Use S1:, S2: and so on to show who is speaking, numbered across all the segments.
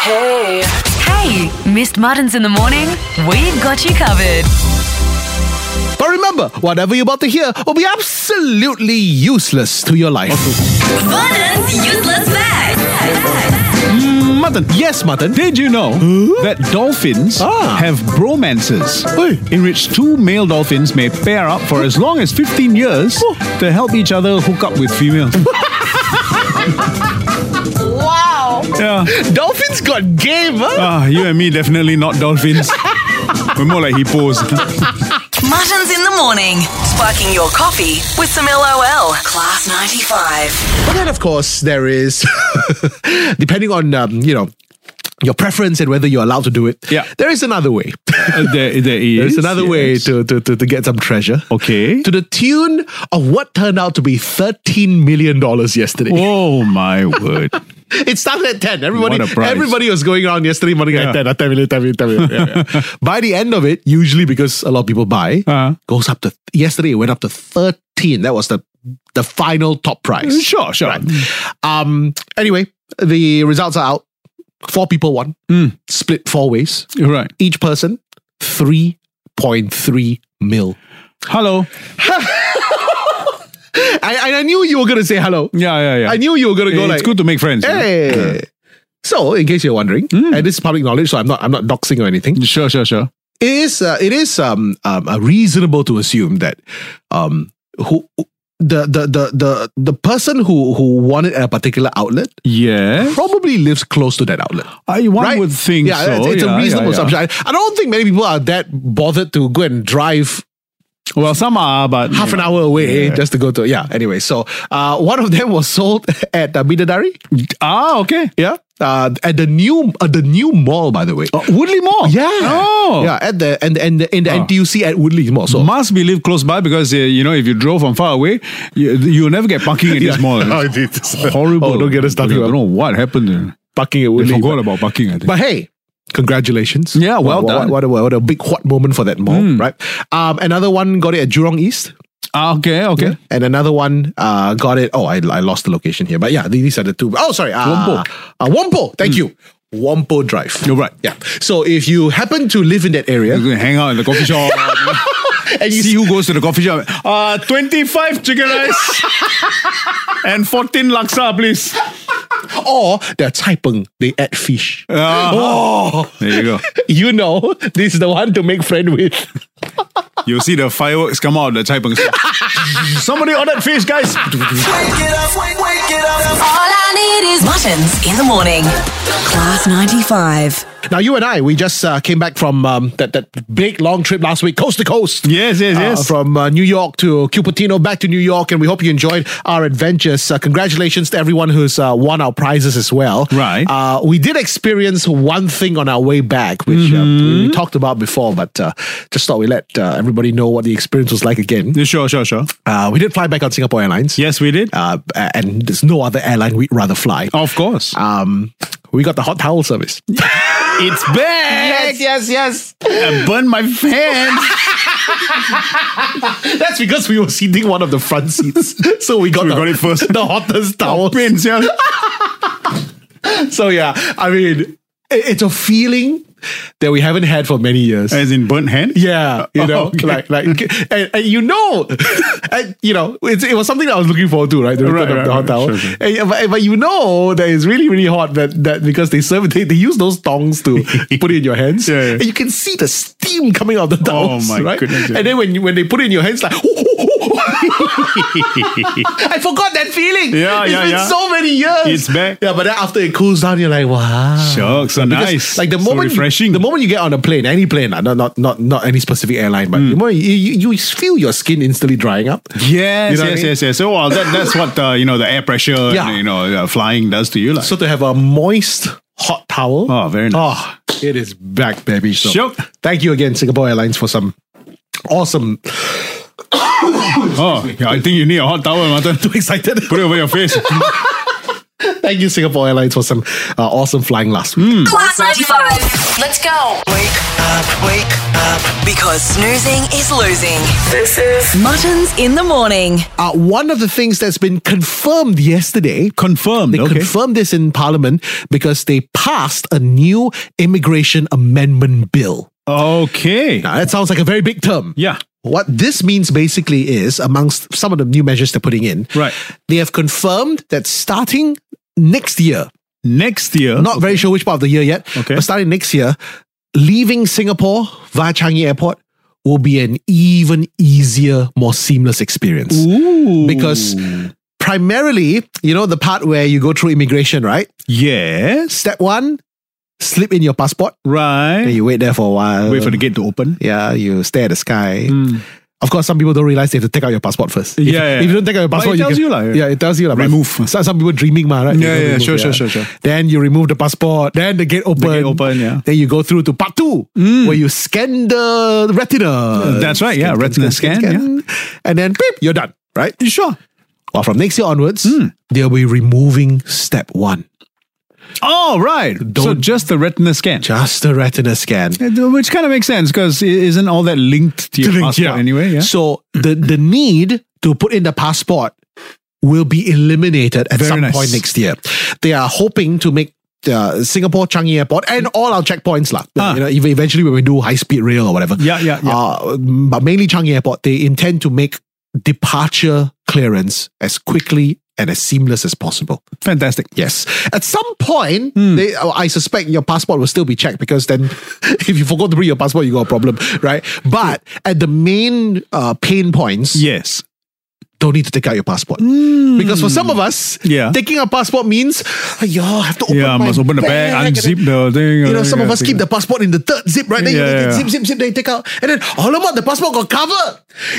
S1: Hey.
S2: Hey, missed Muttons in the morning? We've got you covered.
S3: But remember, whatever you're about to hear will be absolutely useless to your life.
S2: Muttons useless facts.
S3: Mutton. Yes, Mutton.
S4: Did you know that dolphins
S3: Ah.
S4: have bromances
S3: Hey.
S4: in which two male dolphins may pair up for as long as 15 years
S3: Oh.
S4: to help each other hook up with females?
S1: Wow.
S4: yeah.
S3: Dolphins got game, huh?
S4: Ah, you and me definitely not dolphins. We're more like hippos.
S2: Muttons in the morning. Sparking your coffee with some LOL. Class 95.
S3: But then, of course, there is, depending on, um, you know, your preference and whether you're allowed to do it,
S4: Yeah.
S3: there is another way.
S4: Uh, there, there is.
S3: There's another way
S4: yes.
S3: to, to, to, to get some treasure.
S4: Okay.
S3: To the tune of what turned out to be $13 million yesterday.
S4: Oh my word.
S3: It started at 10. Everybody
S4: What a price.
S3: everybody was going around yesterday morning
S4: Yeah.
S3: at 10. "Ah, 10 million, 10 million, 10 million. Yeah, yeah. By the end of it, usually because a lot of people buy,
S4: Uh-huh.
S3: goes up to, yesterday it went up to 13. That was the, the final top price.
S4: Mm, Sure, sure.
S3: Um, anyway, the results are out. Four people won,
S4: Mm.
S3: split four ways.
S4: Right.
S3: Each person, 3.3 mil.
S4: Hello.
S3: I, I knew you were going to say hello.
S4: Yeah, yeah, yeah.
S3: I knew you were going to go
S4: it's
S3: like,
S4: good to make friends. you know?
S3: Hey. So, in case you're wondering, and this is public knowledge, so I'm not I'm not doxing or anything. It
S4: Mm. Sure, sure, sure.
S3: is uh, it is um, um uh, reasonable to assume that um who the the the the, the person who who wanted a particular outlet
S4: Yeah.
S3: probably lives close to that outlet.
S4: I one
S3: right?
S4: would think
S3: yeah,
S4: so.
S3: it's, it's
S4: Yeah,
S3: a
S4: yeah,
S3: reasonable
S4: yeah.
S3: assumption. I, I don't think many people are that bothered to go and drive
S4: Well, some are, but
S3: half an hour away just to go to yeah. Anyway, so uh, one of them was sold at uh, Bidadari.
S4: Ah, okay.
S3: Yeah. Uh, at the new uh, the new mall, by the way.
S4: Woodley Mall.
S3: Yeah.
S4: Oh.
S3: Yeah. At the and and in the NTUC at Woodley Mall. So
S4: Must be live close by because uh, you know if you drove from far away, you, you'll never get parking in this mall. It's horrible.
S3: Oh, don't get us started.
S4: I don't know what happened.
S3: Parking at
S4: They
S3: Woodley.
S4: forgot
S3: But,
S4: about parking. I think.
S3: but hey. Congratulations!
S4: Yeah, well
S3: what,
S4: done. Hmm.
S3: What, what a, what a big hot moment for that mall, right? Um, another one got it at Jurong East,
S4: ah, okay, okay.
S3: and another one uh, got it. Oh, I, I lost the location here, but yeah, these are the two. Oh, sorry, uh,
S4: Whampoa.
S3: Uh, Wampo, thank you, Wampo Drive.
S4: Hmm. You're right.
S3: Yeah. So if you happen to live in that area,
S4: You can hang out in the coffee shop.
S3: and you
S4: See who goes to the coffee shop. Uh, 25 chicken rice and 14 laksa, please. Mm-hmm.
S3: or the Cai Peng, they add fish.
S4: Ah,
S3: Oh,
S4: There you go.
S3: you know, this is the one to make friend with.
S4: You'll see the fireworks come out of the chai peng shop. Somebody ordered fish, guys.
S1: Wake it up, wake, wake it up.
S2: All I need is Muttons in the morning. Class 95.
S3: Now, you and I, we just uh, came back from um, that, that big long trip last week, coast to coast.
S4: Yes, yes,
S3: Uh,
S4: yes.
S3: from uh, New York to Cupertino, back to New York, and we hope you enjoyed our adventures. Uh, congratulations to everyone who's uh, won our prizes as well.
S4: Right.
S3: Uh, we did experience one thing on our way back, which uh,
S4: Mm-hmm.
S3: we, we talked about before, but uh, just thought we let uh, everybody know what the experience was like again.
S4: sure, sure, sure.
S3: Uh, we did fly back on Singapore Airlines.
S4: Yes, we did.
S3: Uh, and there's no other airline we'd rather fly.
S4: Of course.
S3: Um, we got the hot towel service.
S4: Uh, it's back.
S3: yes, yes.
S4: I burned my hands.
S3: That's because we were seating one of the front seats. so we got,
S4: We
S3: the,
S4: got it first.
S3: the hottest towel.
S4: Pins, yeah.
S3: So yeah, I mean, it- it's a feeling that we haven't had for many years.
S4: As in burnt hand?
S3: yeah, you know,
S4: Oh, Okay.
S3: like, like, and, and you know, and, you know, it's, it was something that I was looking forward to, right? The return
S4: Right,
S3: of the hot
S4: right, right.
S3: towel.
S4: Sure, sure.
S3: And- but, but you know that it's really, really hot that, that because they serve, they, they use those tongs to put it in your hands.
S4: Yeah, yeah.
S3: And you can see the steam coming out of the towels.
S4: my
S3: right?
S4: goodness, yeah.
S3: And then when, you, when they put it in your hands, like, I forgot that feeling.
S4: Yeah,
S3: It's
S4: yeah,
S3: been
S4: yeah.
S3: so many years.
S4: It's back.
S3: Yeah, but then after it cools down, you're like, wow.
S4: Shucks, so
S3: Because,
S4: nice.
S3: Like the
S4: So
S3: moment, you-
S4: refreshing.
S3: the moment you get on a plane, any plane, ah, not not not not any specific airline,
S4: Hmm.
S3: but the moment you, you, you feel your skin instantly drying up.
S4: Yes,
S3: You know what I
S4: yes,
S3: mean?
S4: yes, yes. So well, that, that's what uh, you know the air pressure, and,
S3: Yeah.
S4: you know, uh, flying does to you, like.
S3: So to have a moist hot towel.
S4: Oh, very nice.
S3: Oh, it is back, baby. So
S4: Shook.
S3: thank you again, Singapore Airlines, for some awesome.
S4: Oh, I think you need a hot towel, Martin.
S3: Excited.
S4: Put it over your face.
S3: Thank you, Singapore Airlines, for some uh, awesome flying last
S4: Hmm.
S3: week.
S1: Hmm.
S2: Class 95.
S5: Let's go.
S2: Wake up, wake up. Because snoozing is losing.
S1: This is
S2: Muttons in the morning.
S3: Uh, one of the things that's been confirmed yesterday.
S4: Confirmed.
S3: They
S4: okay.
S3: confirmed this in Parliament because they passed a new immigration amendment bill.
S4: okay.
S3: Now, that sounds like a very big term.
S4: Yeah.
S3: What this means basically is, amongst some of the new measures they're putting in,
S4: Right.
S3: they have confirmed that starting next year,
S4: Next year.
S3: not very sure which part of the year yet,
S4: Okay.
S3: but starting next year, leaving Singapore via Changi Airport will be an even easier, more seamless experience.
S4: Ooh.
S3: Because primarily, you know, the part where you go through immigration, right?
S4: Yes.
S3: Step one, slip in your passport.
S4: Right.
S3: Then you wait there for a while.
S4: Wait for the gate to open.
S3: Yeah, you stare at the sky. Of course, some people don't realize they have to take out your passport first. If,
S4: Hmm. Yeah, yeah.
S3: if you don't take out your
S4: But
S3: passport,
S4: it tells
S3: can,
S4: you lah, yeah.
S3: Yeah, it tells you like
S4: Remove.
S3: Some, some people dreaming, ma, right? They
S4: Yeah,
S3: don't
S4: yeah,
S3: remove,
S4: sure, sure, sure, sure.
S3: Then you remove the passport. Then the gate open.
S4: gate open, yeah. Hmm.
S3: Then you go through to part two, where you scan the retina.
S4: That's right, yeah, retina scan,
S3: and then beep, you're done, right?
S4: Sure. Hmm.
S3: Well, from next year onwards, they'll be removing step one,
S4: Oh, right. so
S3: Don't-
S4: just the retina scan.
S3: just the retina scan.
S4: Uh, Which kind of makes sense because isn't all that linked to your
S3: Link,
S4: passport anyway? Yeah.
S3: So the the need to put in the passport will be eliminated at
S4: Very
S3: some
S4: nice.
S3: point next year. They are hoping to make uh, Singapore Changi Airport and all our checkpoints lah.
S4: Ah.
S3: You know, ev- eventually when we do high speed rail or whatever.
S4: Yeah, yeah, yeah.
S3: Uh, but mainly Changi Airport, they intend to make departure clearance as quickly and as seamless as possible.
S4: Fantastic.
S3: Yes. At some point,
S4: Hmm.
S3: they, oh, I suspect your passport will still be checked because then if you forgot to bring your passport, you got a problem, right? But at the main uh, pain points,
S4: Yes.
S3: don't need to take out your passport. Because for some of us,
S4: Hmm. Yeah.
S3: taking our passport means, you have to open
S4: yeah,
S3: my
S4: must open the bag,
S3: and then-
S4: unzip the thing. uh,
S3: you know, some of us keep the passport in the third zip, right? Then
S4: Yeah,
S3: you
S4: yeah.
S3: zip, zip, zip, then you take out. And then, alamak, the passport got cover.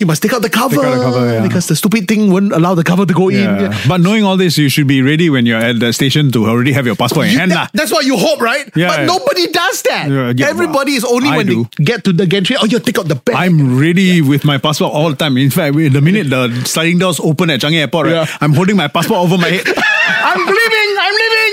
S3: You must take out the cover.
S4: out the cover, yeah.
S3: Because the stupid thing won't allow the cover to go in.
S4: Yeah. But knowing all this, you should be ready when you're at the station to already have your passport in
S3: You-
S4: hand.
S3: that- that's what you hope, right?
S4: Yeah,
S3: but
S4: yeah.
S3: nobody does that.
S4: Yeah, yeah,
S3: Everybody is
S4: well,
S3: only
S4: I
S3: when
S4: do.
S3: they get to the gantry. Oh, you take out the bag.
S4: lah. I'm ready with my passport all the time. In fact, wait, the minute the sliding doors open at Changi Airport, right,
S3: Yeah.
S4: I'm holding my passport over my head.
S3: I'm leaving. I'm leaving.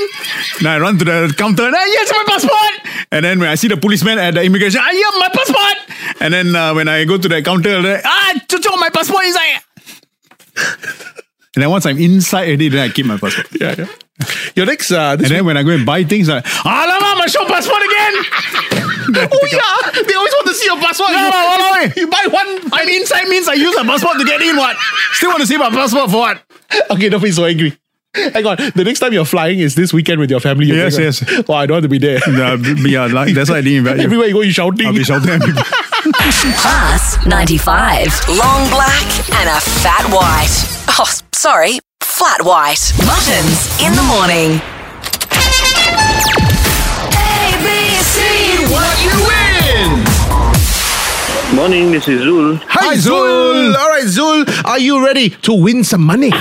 S4: Now I run to the counter and ah, yes, my passport. And then when I see the policeman at the immigration, I yeah, my passport. And then uh, when I go to the counter, like, ah, chucho, my passport inside. and then once I'm inside already, then I keep my passport. Yeah, yeah.
S3: Your next. Uh,
S4: And
S3: this
S4: then when I go and buy things, like, alamak, my show passport again. Then I
S3: oh
S4: take out.
S3: yeah, they always want to see your passport.
S4: No, no, no, no.
S3: you, you buy one.
S4: I'm inside means I use my passport to get in. What? Still want to see my passport for what?
S3: Okay, don't be so angry. Hang on. The next time you're flying is this weekend with your family. you're
S4: Yes,
S3: going,
S4: yes.
S3: Wow, I don't want to be there.
S4: Nah, b- yeah, like, that's why I didn't invite you.
S3: Everywhere you go, you shouting.
S4: I'll be shouting at people.
S2: Class 95. Long black and a fat white. Oh, sorry, flat white. Muttons in the morning.
S6: Morning, this is Zul.
S3: Hi, Zul. All right, Zul. Are you ready to win some money?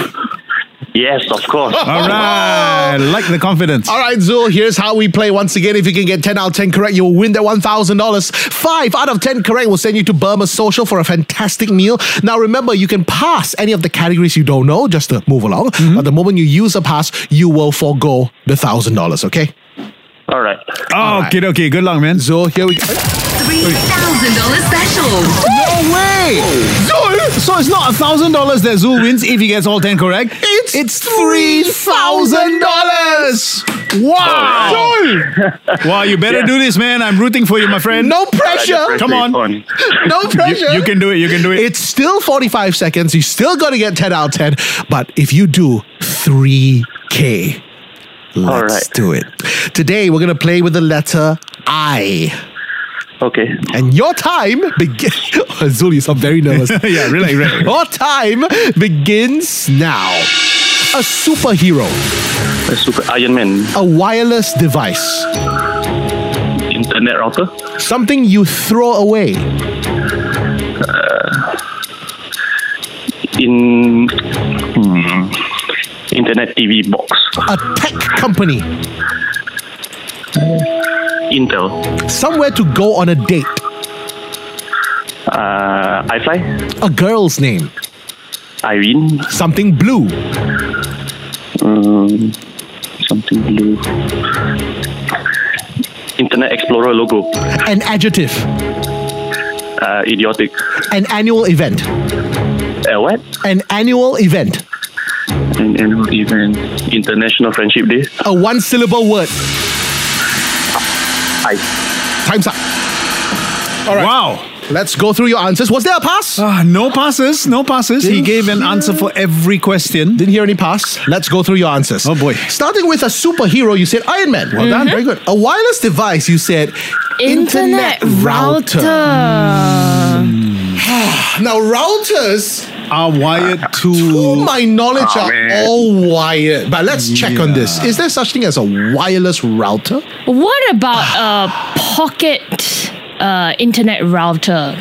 S6: Yes, of course.
S4: All right, like the confidence.
S3: All right, Zul, here's how we play once again. If you can get 10 out of 10 correct, you'll win that $1,000. Five out of 10 correct will send you to Burma Social for a fantastic meal. Now, remember, you can pass any of the categories you don't know just to move along. But the moment you use a pass, you will forego the $1,000, okay?
S6: All right.
S4: Oh, okay, okay, good luck, man.
S3: Zul, here we go.
S2: $3,000 special.
S4: No way! Zul! So it's not a thousand dollars that Zul wins if he gets all ten correct.
S3: It's
S4: dollars! Wow! Oh. Wow, you better
S6: Yeah.
S4: do this, man. I'm rooting for you, my friend.
S3: No pressure.
S4: Come on.
S3: No pressure.
S4: You can do it, you can do it.
S3: It's still 45 seconds. You still got to get 10 out of 10. But if you do 3K, let's
S6: All right.
S3: do it. Today, we're going to play with the letter I.
S6: Okay.
S3: And your time begins. Zul, you sound very nervous.
S4: yeah, really, really.
S3: Your time begins now. A superhero,
S6: A Super Iron Man.
S3: a wireless device,
S6: Internet router.
S3: something you throw away,
S6: In. Hmm. Internet TV box.
S3: a tech company,
S6: Intel.
S3: somewhere to go on a date,
S6: Uh, iFly.
S3: a girl's name,
S6: Irene.
S3: something blue,
S6: Um, Something blue. Internet Explorer logo.
S3: An adjective.
S6: Uh, idiotic.
S3: An annual event.
S6: Uh, what?
S3: An annual event.
S6: An annual event. International Friendship Day.
S3: A one syllable word.
S6: I.
S3: Time's up.
S4: Wow.
S3: Let's go through your answers. Was there a pass?
S4: Oh, Ah, no passes, no passes. He gave an answer for every question.
S3: Didn't hear any pass. Let's go through your answers.
S4: Oh, boy.
S3: Starting with a superhero, you said Iron Man. Well
S5: Mm-hmm.
S3: done. Very good. A wireless device, you said
S5: Internet router.
S3: Now, routers,
S4: Are wired
S3: to
S4: to.
S3: my knowledge,
S6: Ah,
S3: are
S6: man.
S3: all wired. But let's check on this.
S4: Yeah.
S3: Is there such thing as a wireless router?
S5: What about a pocket uh, internet router?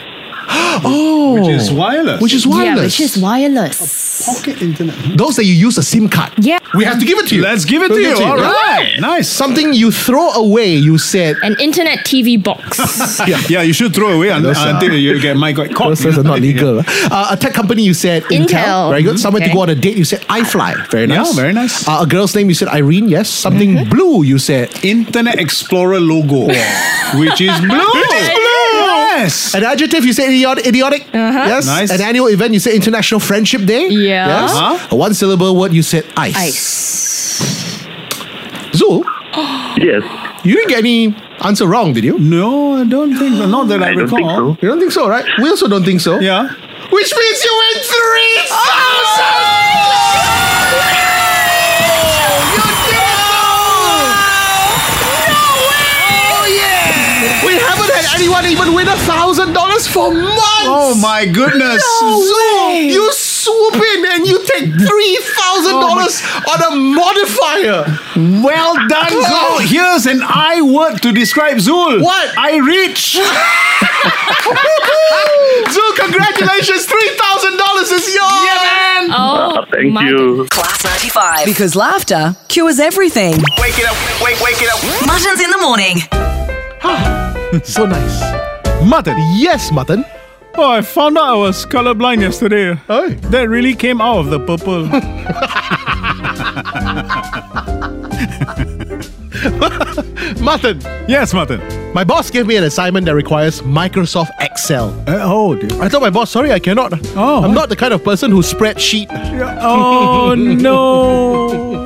S3: Oh.
S4: Which is wireless.
S3: Which is wireless.
S5: Yeah, which is wireless.
S4: pocket internet.
S3: Those that you use a SIM card.
S5: Yeah.
S3: We have to give it to you.
S4: Let's give it to
S3: We'll
S4: you. All
S3: Yeah.
S4: right. Nice.
S3: Something you throw away, you said.
S5: An internet TV box.
S4: Yeah, yeah, you should throw away un-
S3: Those are-
S4: until you get my got caught.
S3: Those things are not legal. Uh, a tech company, you said Intel.
S5: Intel.
S3: Very good. Somewhere to
S5: Okay.
S3: go on a date, you said iFly. Very
S4: Yeah,
S3: nice.
S4: very nice.
S3: Uh, a girl's name, you said Irene. Yes. Something
S5: Mm-hmm.
S3: blue, you said.
S4: Internet Explorer logo, which is blue. Which is blue. Yes.
S3: An adjective, you said idiot, idiotic. Yes.
S4: Nice.
S3: An annual event, you said International Friendship Day.
S5: Uh-huh. Yeah.
S3: Yes. A
S4: Uh-huh.
S3: one syllable word, you said ice. Zul,
S6: Yes.
S3: you didn't get any answer wrong, did you?
S4: No, I don't think so. Not that I,
S6: I don't
S4: recall.
S6: think so.
S3: You don't think so, right? We also don't think so.
S4: Yeah.
S3: Which means you win 3,000! Oh, We haven't had anyone even win a thousand dollars for months.
S4: Oh my goodness.
S3: So you swoop in and you take three thousand dollars on a modifier.
S4: Well done,
S3: Wow.
S4: Zul. Here's an I word to describe Zul.
S3: What?
S4: I reach.
S3: Zul, congratulations! Three thousand dollars is yours. Yeah, man.
S5: Oh,
S6: Ah, thank
S5: my
S6: you.
S2: Class 95.
S7: Because laughter cures everything.
S1: Wake it up, wake, wake it up.
S2: Muttons in the morning.
S3: So nice.
S4: Mutton.
S3: Yes, mutton.
S4: Oh, I found out I was colorblind yesterday.
S3: Oh.
S4: That really came out of the purple.
S3: Mutton.
S4: yes, Mutton.
S3: My boss gave me an assignment that requires Microsoft Excel.
S4: oh, dear.
S3: I told my boss, sorry, I cannot.
S4: Oh.
S3: I'm not the kind of person who spreadsheet.
S4: Oh, no.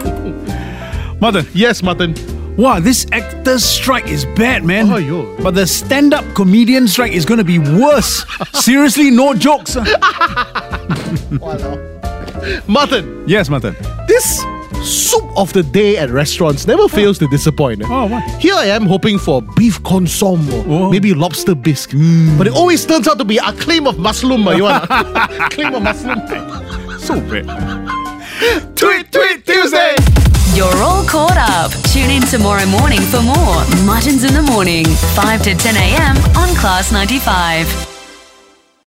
S4: Mutton.
S3: Yes, mutton.
S4: Wow, this actor's strike is bad, man.
S3: Oh, yo.
S4: But the stand up comedian strike is going to be worse. Seriously, no jokes.
S3: Mutton.
S4: yes, Mutton.
S3: This soup of the day at restaurants never fails to disappoint. eh?
S4: Oh, why?
S3: Here I am hoping for beef consomme or
S4: Oh.
S3: maybe lobster bisque.
S4: Mm.
S3: But it always turns out to be a claim of muslum. eh, You want a claim of muslum?
S4: So bad. tweet, tweet, Tuesday.
S2: You're all caught up. Tune in tomorrow morning for more Muttons in the morning, 5 to 10 a.m. on Class 95.